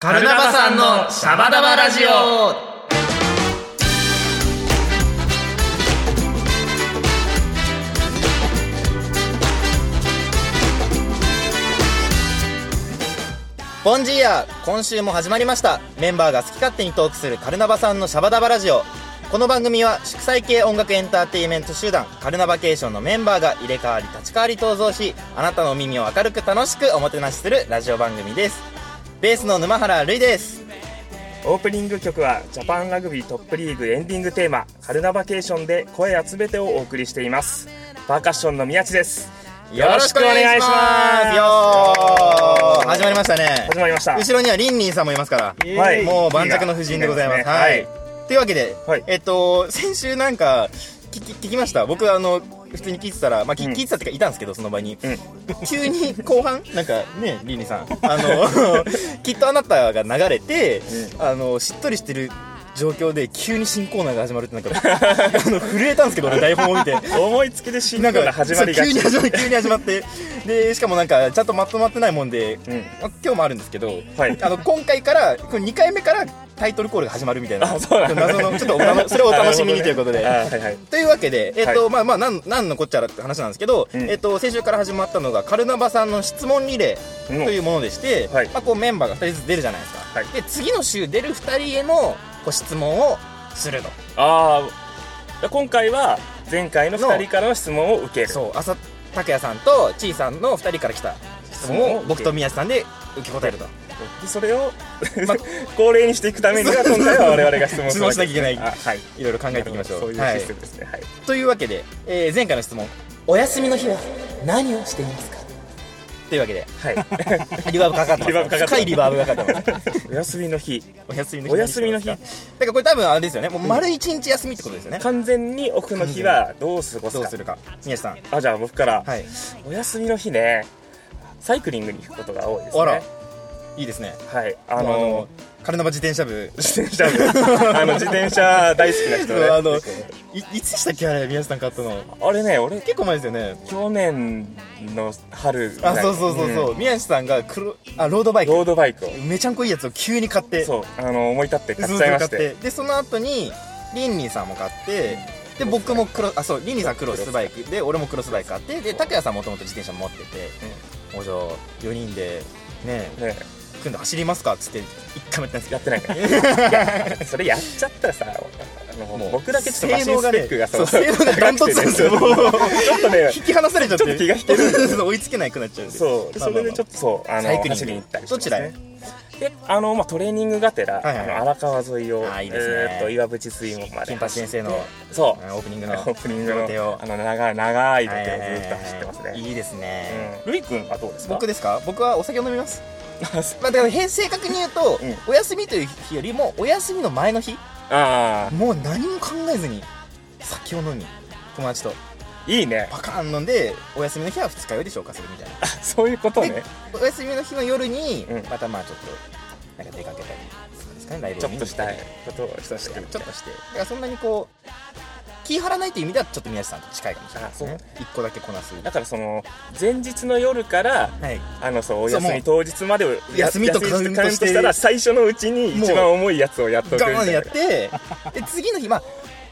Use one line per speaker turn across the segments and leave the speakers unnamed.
カルナバさんのシャバダバラジオ
ボンジーヤ今週も始まりましたメンバーが好き勝手にトークするカルナバさんのシャバダバラジオこの番組は祝祭系音楽エンターテインメント集団カルナバケーションのメンバーが入れ替わり立ち替わり登場しあなたの耳を明るく楽しくおもてなしするラジオ番組ですベースの沼原るいです
オープニング曲はジャパンラグビートップリーグエンディングテーマ「カルナバケーション」で声集めてをお送りしていますパーカッションの宮地ですよろしくお願いします
よー始まりましたね
始まりました
後ろにはリンリンさんもいますから
イはい
もう盤石の夫人でございます。
いいですね
は
はい
い。というわけで、
はい
えっと、先週なんか、聞き、聞きました。僕、あの、普通に聞いてたら、まあ、聞
うん
聞いてたっていうか、いたんですけど、その場に。
うん
急に後半、なんかね、リンリンさん。あの、 きっとあなたが流れて、あの、しっとりしてる状況で、急に新コーナーが始まるって、なんか、 あの、震えたんですけど、俺、台本を見て。
思いつきで新コ
なん
ー
か、
ナー始まりが
そう
ち
急に始ま り、急に始まって。で、しかもなんか、ちゃんとまとまってないもんで、
うん
まあ今日もあるんですけど、
はい
あの今回からこれ2回目からタイトルコールが始まるみたいな
あそうなんだ
謎のちょっとお 楽それをお楽しみにということで。
なるほ どねあはいはい
というわけで、えっと、まあまあ、なん、なんのこっちゃらって話なんですけど、
うん
えっと、先週から始まったのが、カルナバさんの質問リレー
うん
というものでして、
はい
まあ、こうメンバーが2人ずつ出るじゃないですか。
はい
で、次の週出る2人への、こう質問をするの。
ああ今回は前回の2人からの質問を受ける
そう、浅拓也さんとちいさんの2人から来た質問を、僕と宮地さんで受け答えると。
でそ れを、恒例にしていくためには今回は我々が質問するわ
質問しなきゃいけない
あはい
いろいろ考えていきましょう。
そういう
は
システムですねはい、
というわけで、えー前回の質問お休みの日は何をしていますかというわけで
はい
リバーブかかってます
リバーブかかってます
深いリバーブがかかってます
お休みの日
お休みの日
お休みの日
何してますかだからこれ多分あれですよねもう丸一日休みってことですよね、
完全にオフの日はどう過ごす
どう
か
するか宮地さん
あじゃあ僕から、
はい
お休みの日ねサイクリングに行くことが多いですね
あらいいですね
はい
あ
あ
の
の
カルナバ自転車部
自転 車部あの自転車大好きな人で
あのいいつでしたっけあれ宮地さん買ったの
あれね俺
結構前ですよね
去年の春ぐら
あ
い
そうそうそうそう、
ん
宮地さんが黒あロードバイク
ロードバイクを
めちゃんこいいやつを急に買って
そうあの思い立って
で
買っちゃいまし
そうそう買
て
ってでその後にリンリンさんも買ってで僕もクロあそうリンリンさんクロスバイクで俺もクロスバイク買ってで拓哉さんもともと自転車持ってて、もうじゃあ4人でね
ね
組んで走りますかっつって一回もやったんですけ
や
ど
ってない からいやそれやっちゃったらさあの
もう
僕だけちょっとマシンスペックが
そう
さ
性能がダントツなんですよ
ち
もう
ょっと ね
引き離されちゃって
ちょっと気が引けるん
追いつけなくなっちゃうんで
そうで
まあま
そ
あまあ
れでちょっとそうあ
サイクリング
の走りに行ったりします
どちらへ
であの、まあ、トレーニングがてら、
はいはい
あの荒川沿いを
あーいいですね
えーっと岩淵水門まで
金八先生の
そう
あのオープニング
オ
の
ープニング
両手を
のあの長い長い土手をず
はいはい
っと走ってますね、
いいですね、
うん、ルイ君はどうですか
僕
で
ですか僕はお酒を飲みますまあ、だからへん正確に言うと、
うん
お休みという日よりもお休みの前の日
あ
もう何も考えずに酒を飲み友達と
あいいね
パカーン飲んでお休みの日は二日酔いで消化するみ たいな
あそういうこと
で
ね
お休みの日の夜に、
うん
またまあちょっとなんか出かけたりそうですかねライブ
ちょ
を
っ
見に
と
行
した
た
い
り
ことをしたし
ちょっとしてだからそんなにこう気張らないという意味ではちょっと宮地さんと近いかもしれないですね
あ
一個だけこなす
だからその前日の夜から
はい
あのそうお
そう
休み当日までをや
休みとカウントして
休みたら最初のうちに一番重いやつをやっとくみ
ガ
た
ー
い
ン
な
やってで次の日まあ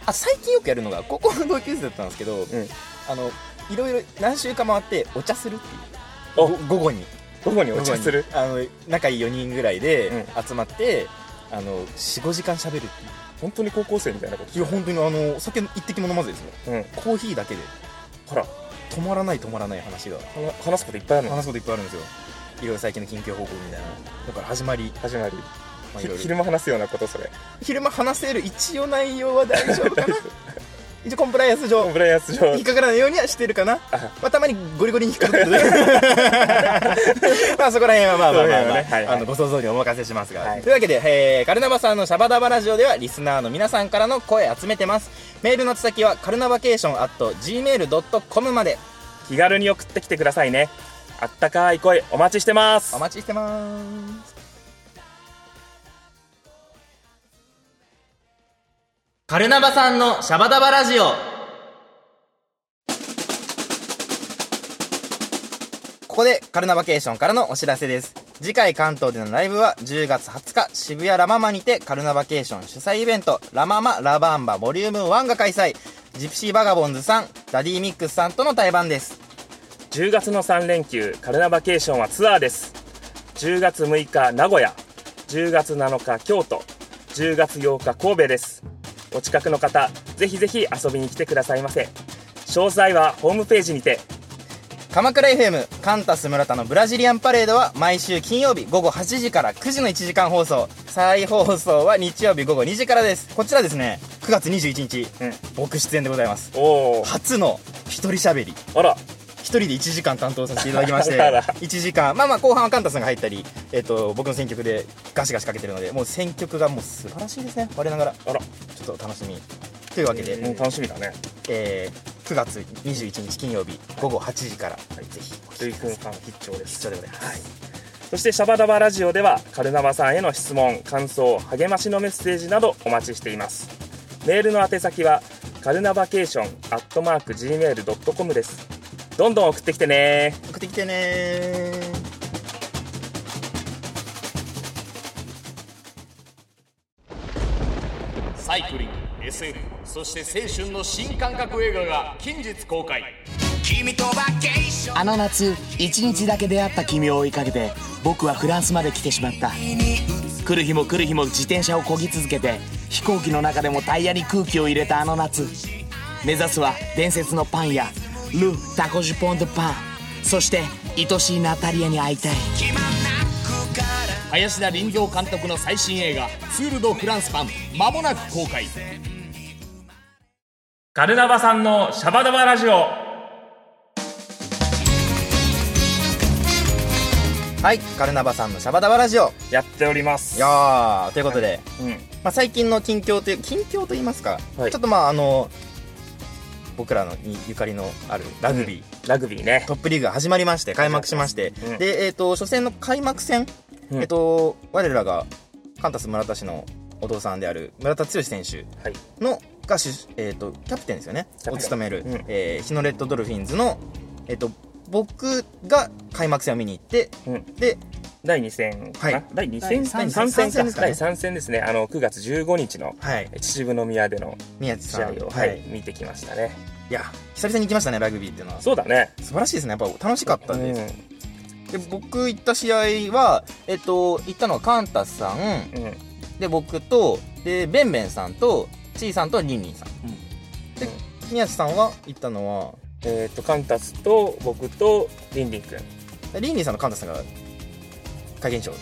あ最近よくやるのが高校の同級生だったんですけど、
うん
あのいろいろ何周か回ってお茶するってい
お
うご午後に
午後にお茶する
午後にあの仲いい4人ぐらいで集まって、あの45時間しゃべるっていう
本当に高校生みたいなこと
いや本当にあのお酒一滴も飲まずですね
うん
コーヒーだけで
ほら
止まらない止まらない話が
話話すこといっぱいあるの
話すこといっぱいあるんですよいろいろ最近の近況報告みたいなだから始まり、
始まり
まあ、い
ひ
ろいろ
昼間話すようなことそれ
昼間話せる一応内容は大丈夫 かな一応コンプライアンス上
オブライアンス上
引っかからないようにはしてるかな、
あ
まあ、たまにゴリゴリに引っかかってる まあそこら辺はまあまあまあ,、ま
そう
あ
だよねはいはい
あのご想像にお任せしますが、
はい
というわけで、えーカルナバさんのシャバダバラジオではリスナーの皆さんからの声集めてますメールの宛先はカルナバケーション at gmail.com まで
気軽に送ってきてくださいねあったかい声お待ちしてます
お待ちしてますカルナバさんのシャバダバラジオここでカルナバケーションからのお知らせです次回関東でのライブは10月20日渋谷ラママにてカルナバケーション主催イベントラママラバンバボリューム1が開催ジプシーバガボンズさんダディミックスさんとの対バンです
10月の3連休カルナバケーションはツアーです10月6日名古屋10月7日京都10月8日神戸ですお近くの方ぜひぜひ遊びに来てくださいませ詳細はホームページにて
鎌倉 FM カンタス村田のブラジリアンパレードは毎週金曜日午後8時から9時の1時間放送再放送は日曜日午後2時からですこちらですね9月21日、
うん
僕出演でございます
おお
初の一人喋り
あら
一人で1時間担当させていただきまして
あら
1時間まあまあ後半はカンタさんが入ったり、えっと僕の選曲でガシガシかけてるのでもう選曲がもう素晴らしいですね我ながら
あら
ちょっと楽しみというわけで、
うん楽しみだね
えー9月21日金曜日午後8時から、ぜひお
ル
聞
イ
きく
く
ださい
んさん必聴です
必聴でございます、
そしてシャバダバラジオではカルナバさんへの質問感想励ましのメッセージなどお待ちしていますメールの宛先はカルナバケーションアットマーク Gmail.com ですどんどん送ってきてね
送ってきてねー
サイクリング SF そして青春の新感覚映画が近日公開
あの夏一日だけ出会った君を追いかけて僕はフランスまで来てしまった来る日も来る日も自転車をこぎ続けて飛行機の中でもタイヤに空気を入れたあの夏目指すは伝説のパン屋ル・タコジュポン・ド・パンそして愛しいナタリアに会いたい
林田林業監督の最新映画「ツール・ド・フランスパン」まもなく公開
カルナバさんのシャバダバラジオ
はいカルナバさんのシャバダバラジオ
やっております
いやーということで、
うん
まあ、最近の近況という近況といいますか、
はい
ちょっとまああの僕らのにゆかりのあるラグビー、
ラグビーね
トップリーグが始まりまして開幕しまして、
うん
で、えっと初戦の開幕戦、
うん
えっと我らがカンタス村田氏のお父さんである村田剛選手
はい
のが主、えっとキャプテンですよね
キャプテン
を務める、
うん
えー日のレッドドルフィンズの、えっと僕が開幕戦を見に行って、
うん
で
第2戦かな、
はい
第2戦
第
第
三
3
戦三
戦
戦ですかね
第3戦ですねあの9月15日の
はい
秩父宮での
宮地
試
さん
合を、
は
はいい、見てきましたね
いや久々に行きましたねラグビーっていうのは素
そうだね
晴らしいですねやっぱ楽しかったです、
う
で僕行った試合は、えっと、行ったのはカンタスさん
んうん
で僕とでベンベンさんとチーさんとリンリンさん、で宮地さんは行ったの
えっ、とカンタスと僕とリンリン君
はリンリンさんのカンタスさんが会見長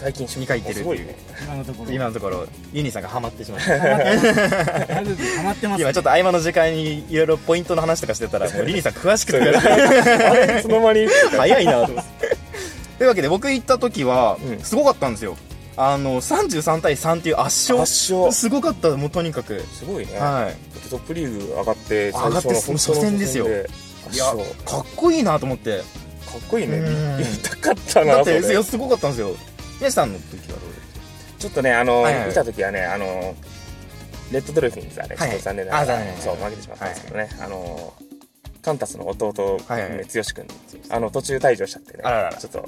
解禁し
二回行ってる
すごいね
今のところ
今のところリンリンさんがハマってしまいま した
ラグビーハマってます
今ちょっと合間の時間にいろいろポイントの話とかしてたらもう リンリンさん詳しくて
いつの間に
早いなと思って というわけで僕行った時は
うん
すごかったんですよ、あの33対3っていう圧勝
圧勝
すごかったもうとにかく
すごいね、
はい
トップリーグ上がって最初
上がって
の
もう初戦ですよい
圧
や
勝
かっこいいなと思って
かっこいいね
うん
やりたかった
だ
な
っ
それ
ていや
ち
すごかったんですよ宮地さんの時はどうです
ょっとねあの、
はいはい
見た時はねあのレッドドルフィンズはね、
はい
ちょっと残念なが
あ残念なが
ら
ら
そう負けてしまったんですけどね、あのカンタスの弟、
はいはい
ね剛君あの途中退場しちゃってね
あららら
ちょっと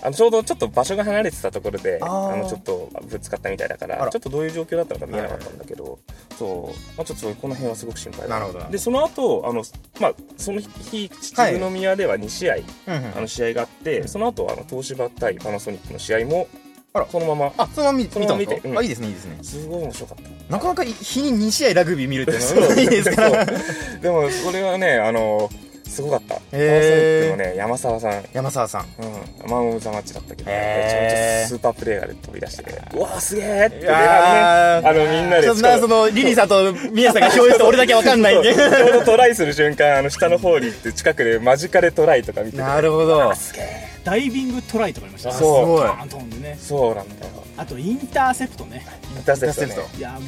あのちょうどちょっと場所が離れてたところで
あ
あ
ー
のちょっとぶつかったみたいだか
あ
ら
ら
ちょっとどういう状況だったのか見えなかったんだけど、そう、まあ、ちょっとこの辺はすごく心配だ
なるほど
でその後あの、まあその日秩父宮では2試合、
うんうん
あの試合があってその後あの東芝対パナソニックの試合も
あら
そのまま
あそのまま見見
その
たん
ま
で
ま
す
見て
か、
うん
あいいですねいいですね
すごい面白かった
なかなか日に2試合ラグビー見るっていうのは
そう
いいですから
そうでもそれはねあのすごかったパナソニッ
へー
クのね山沢さん
山沢さん
うん、マン・オブ・ザ・マッチだったけど、
へー
めちゃめちゃスーパープレーヤーで飛び出してね、うわーすげーって、
い
ね、
や
あ
ー
のみんなで
ちょっとなそのリリーさんと宮地さんが共有して俺だけわかんないん
そう
で
ちょうどトライする瞬間あの下の方に行って近くで間近でトライとか見てて
なるほど
あすげえ
ダイビングトライとかありましたね
そう
バーン飛んでね
そうなんだよ
あとインターセプトね
インターセ
出せ
プト、
る
ね
と、
いやもうあ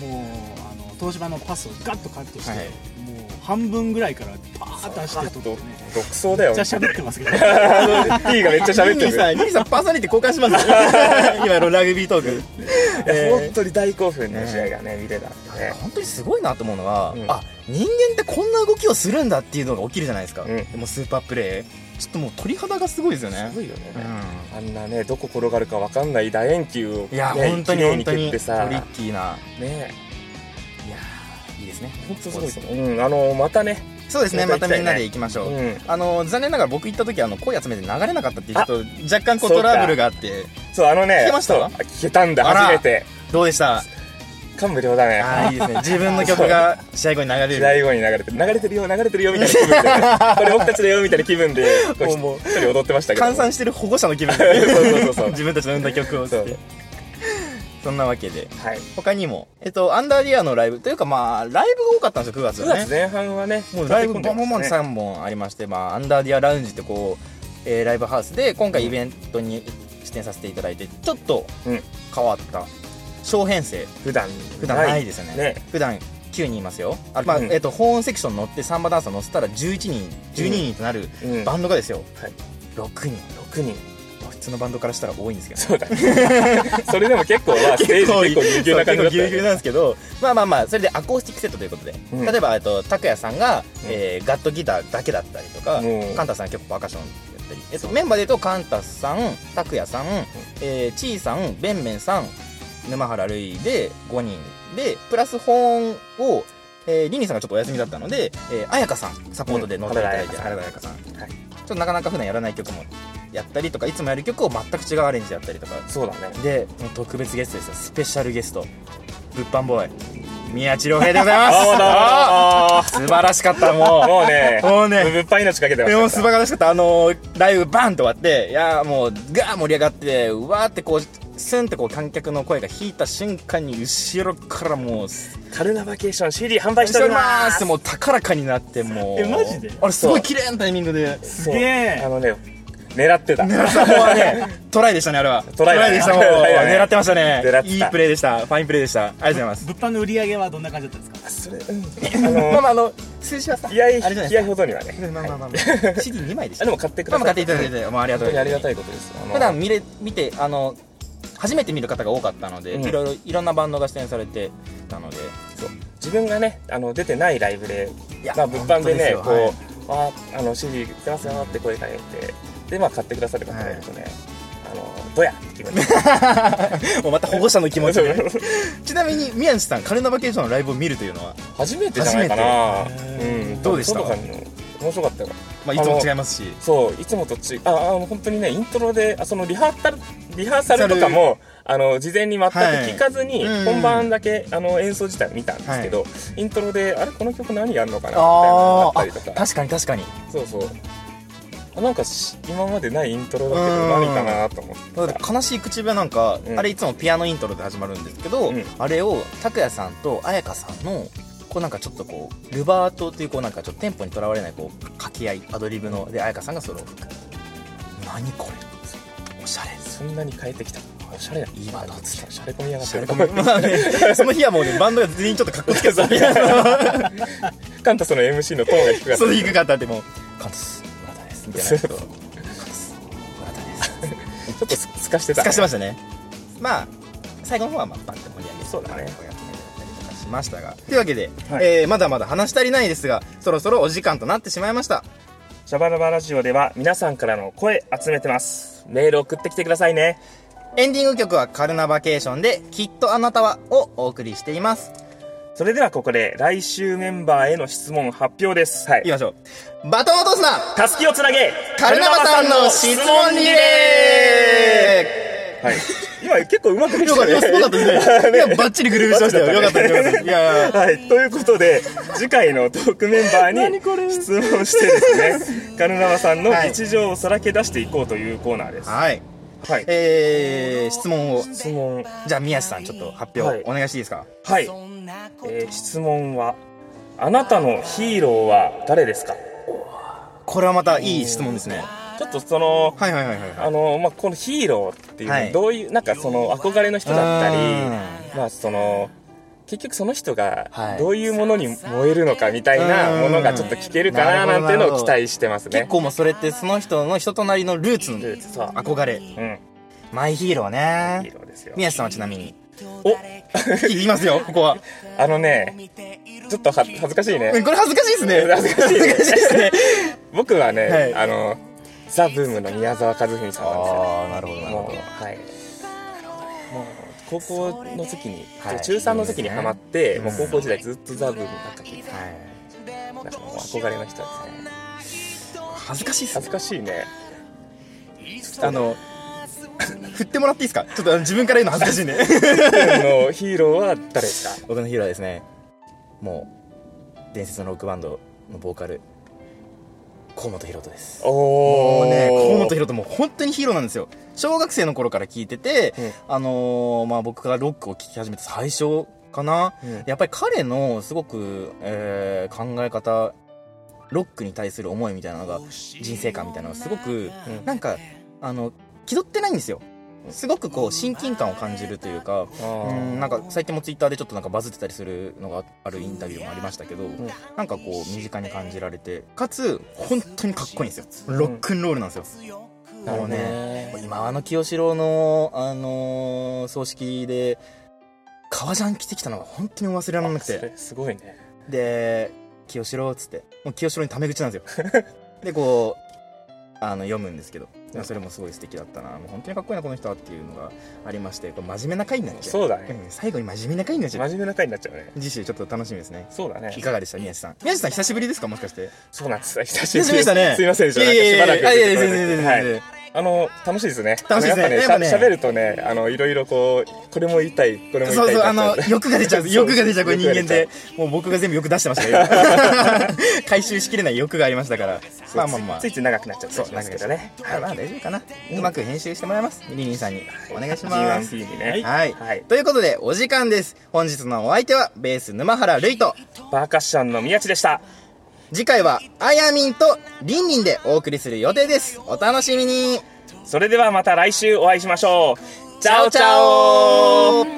の東芝のパスをガッとカットして、
はい
もう半分ぐらいからバーッと走って取ってね
独走だよ
めっちゃ喋ってますけど
リ
T がめっちゃ喋っ
リ
て
ーさん
る
リリーさんパーソナリティ交換します 今のラグビートーク
いや本当に大興奮の試合がね見れたんでね
本当にすごいなと思うのは、
うん
あ人間ってこんな動きをするんだっていうのが起きるじゃないですか、
うん
もうスーパープレーちょっともう鳥肌がすごいですよね
すごいよね、あんなねどこ転がるかわかんない楕円球を、
うん、
ね、
いや、本当に
綺麗
本当
蹴
に
っ
ト
て
リ
さ
ッキーな
ね
いやーいいですね
本当すごいと思ううんあのまたね
そうですね
ま
ま
た
た
行きたいね
みんなで行きましょう、
うん
あの残念ながら僕行った時あの声集めて流れなかったっていうちょっと若干こうトラブルがあって
そうあのね
聞けました
そう聞けたんだ
あら
初めて
どうでした
感無量だね
あーいいですね 自分の曲が試合後に流れ
試合
る
後に流れてる流れてるよ流れてるよみたいな気分 でこれ僕たちだよみたいな気分でこうひ
もう
一人踊ってましたけど
換算してる保護者の気分
そうそうそうそう
自分たちの生んだ曲をっ
そ
て
う
そんなわけで
はい
他にもえっとアンダーリアのライブというかまあライブが多かったんですよ9月
9
はね
月前半はねもう
ライブボンボンボン3本ありまして、まあ、アンダーディアラウンジってこう、えーライブハウスで今回イベントに出演させていただいてちょっと
うん
変わった小編成
普段
普段ないですよね
ね
普段9人いますよあ、まあ
うん
えっとホーンセクション乗ってサンバダンサー乗せたら11人12人となる
うん
バンドがですよ、
はい
6人
6人
まあ普通のバンドからしたら多いんですけどね
そうだね それでも結構はステージ結構ぎゅうぎゅうな感じだった
そう結構ぎゅう
よ
ぎゅうな
ね
んですけどまあまあまあそれでアコースティックセットということで、
うん
例えばえっと拓哉さんが、えーガットギターだけだったりとか、
うん
カンタさんは結構パーカッションやったり、えっと、メンバーで言うとカンタさん拓哉さん、えー、チーさんベンベンさん沼原るいで5人でプラス本を、えー、リニーさんがちょっとお休みだったので、えー、彩香さんサポートで乗っていただいて、
うん
原田彩香さんちょ
はい
っとなかなか普段やらない曲もやったりとかいつもやる曲を全く違うアレンジやったりとか
そうだね
でもう特別ゲストですよスペシャルゲスト物販ボーイ宮地良平でございます
ああ
素晴らしかったも
あもうね
もうね
ぶっぱい命 かけてま
う
し
で
た
も素晴らしかったあのーライブバンと終わっていやーもうガー盛り上がってうわーってこうスンってこう観客の声が引いた瞬間に後ろからもう
カルナバケーション CD 販売しており
し
ま
ます
す
もう高らかになってもう
えマジで
あれすごい綺麗なタイミングで
そう
すげえ
あのね狙ってた
ここはねトライでしたねあれは
トライだね
でしたもう
トライだ ね
狙ってましたね
狙ってた
いいプレーでしたファインプレーでしたありがとうございます
物販の売り上げはどんな感じだったんですか
それうん
ま
あ
あ
の
まああの数字はさ
気合い
あれじゃない
気合いほどにはね
まあまあまあ、まあ、CD2 枚でした
あでも買ってく
ま
だ
あまあ
さ
買
い
っていただいて、まあ、ありがとう
本当にありがた
い
いことですあの
普段見れ見てあの初めて見る方が多かったので、
うん
いろいろいろんなバンドが出演されてたので
そう自分がねあの出てないライブで
いや
まあ、物販でね
本当
こ
で
う、ああの CD 売ってますよって声かけてでまあ買ってくださる方がいるとね、あのどやって気持ち
すよはいもうまた保護者の 気持ち
そう
でちなみに宮地さんカルナバケーションのライブを見るというのは、
初めてじゃないかなうん
どうでした
トドさんの面白かったよ
まあ、いつも違いますし
そういつもと違うああの本当にねイントロであそのリハータルリハーサルとかもあの事前に全く聞かずに、
はいうん
本番だけあの演奏自体見たんですけど、イントロであれこの曲何やるのかなみたいなのがあ
あ
っ
ー
た
あ
りとか
確かに確かに
そうそうあなんかし今までないイントロだけ
う
ど
ん
何かなと思って
だって悲しい口笛なんか、
うん
あれいつもピアノイントロで始まるんですけど、
うん
あれを拓哉さんと彩香さんのこうなんかちょっとこうルバートっていうこうなんかちょっとテンポにとらわれないこう掛け合いアドリブので彩香さんがソロを何これおしゃれ
そんなに変えてきたおしゃれだ
いいバンドだっつっ
しゃれ込みやがってる
まあね その日はもうねバンドが全員ちょっとかっこつけて たみたいな
カンタその MC のトーンが低かっ
その低かったってもう「カントス村田です」みたいな ことカントス村田です」
たちょっとすすかしてた
透かしてましたねまあ最後の方はまあバンって盛り上げて
そうだね
やってみたりとかしましたがというわけで、
はい
えーまだまだ話し足りないですがそろそろお時間となってしまいました
シャバラバラジオでは皆さんからの声集めてますメール送ってきてくださいね
エンディング曲は「カルナバケーション」で「きっとあなたは」をお送りしています
それではここで来週メンバーへの質問発表ですはい
いきましょうバトンを落とすな
たすきをつなげ
カルナバさんの質問リレ
はい今結構うまくで
ーよ
き
か
た
った
ね
よすごかったです ねいやバッチリグルーヴしましたよよかったよかったいやー
はい、ということで次回のトークメンバーに質問し てですねカルナワさんの日常をさらけ出していこうというコーナーです、は
はい
い
えー、質問を
質問
じゃあ宮地さんちょっと発
はい
表お願いしていいですか、
はい、えー質問は「あなたのヒーローは誰ですか?
これはまたいい質問ですね」
ちょっとその
はいはいはいはいはい
あの、まあ、このヒーローっていうのは
はい
どういう、なんかその憧れの人だったり
う
まあその結局その人
は
が
い
どういうものに燃えるのかみたいなものがちょっと聞けるかな
うんなるほ
なん
ど
ていうのを期待してますね
結構もうそれってその人の人となりのルーツの
ルーツそう
憧れ
うん
マイヒーロー
ヒー
ね
ローですよ
宮地さんはちなみに
お
言いますよここは
あのねちょっとは恥ずかしい
うん
ね
これ恥ずかしいですね
恥ずかしい
恥ずかしいですね
僕はね、
はい
あのザ・ブームの宮沢和文さんなんですよ ね
ああなるほどなる
も
ほ
う
ど
はいもう高校の時に、
はい
中3の時にハマって、
ん
もう高校時代ずっとザ・ブームばっか聞いて
はい
なんかもう憧れの人ですね
恥ずかしいっす
恥ずかしいね
あの 振ってもらっていいですかちょっとあの自分から言うの恥ずかしいね
のヒーローは誰ですか
僕のヒーローはですねもう伝説のロックバンドのボーカル河本ロ人です も
お
うね、河本
ー
ロ人も本当にヒーローなんですよ小学生の頃から聞いてて、あのーまあ、僕がロックを聴き始めて最初かな、
うん
やっぱり彼のすごく、えー考え方ロックに対する思いみたいなのが人生観みたいなのがすごく、
うん
なんかあの気取ってないんですよすごくこう親近感を感じるというか
ー
うんなんか最近もツイッターでちょっとなんかバズってたりするのがあるインタビューもありましたけど、なんかこう身近に感じられてかつ本当にかっこいいんですよロックンロールなんですよ、
なるほど
もう
ね
今あの清志郎の、あのー葬式で革ジャン着てきたのが本当に忘れられなく
そ
て
れすごいね
で「清志郎」っつってもう清志郎にタメ口なんですよ でこうあの読むんですけど
うん
それもすごい素敵だったなもう本当にかっこいいなこの人はっていうのがありましてこれ真面目な回になっちゃう
そうだね
ん最後に真面目な回になっちゃ
真
う
面目な回になっちゃうね
次週ちょっと楽しみですね
そうだね
いかがでした宮地さん宮地さん久しぶりですかもしかして
そうなんです久し
久
ぶり
しぶりでしたね
すいませんでし
い
ょ
や
ないん
や
か
い
し
やいや
ばらく
いや全然全然
は
全
い
然
あの楽しいですね
楽しいですね
あのやっ
やっ
ぱ
ぱね
ねしゃべるとねあのいろいろこうこれも言いたいこれも言いた
そ
いう
そうあ
ってなっ
の
ちゃう
欲が出ちゃう
そう
欲が出ちゃうこれ人間
欲が出
で
ち
もう僕が全部欲出してましたから 今回収しきれない欲がありましたからまあまあまあ
ついつい長くなっちゃった
そ
り
う
しますけどね
はいまあ大丈夫かなうまく編集してもらいますリリンさんにお願いします
G1C にね
はい、
はい
ということでお時間です本日のお相手はベース沼原瑠衣と
バーカッションの宮地でした
次回はあやみんとりんりんでお送りする予定ですお楽しみに
それではまた来週お会いしましょうチ
チャ
ャ
オ
オ
チ
チャ
ャ
オ
オ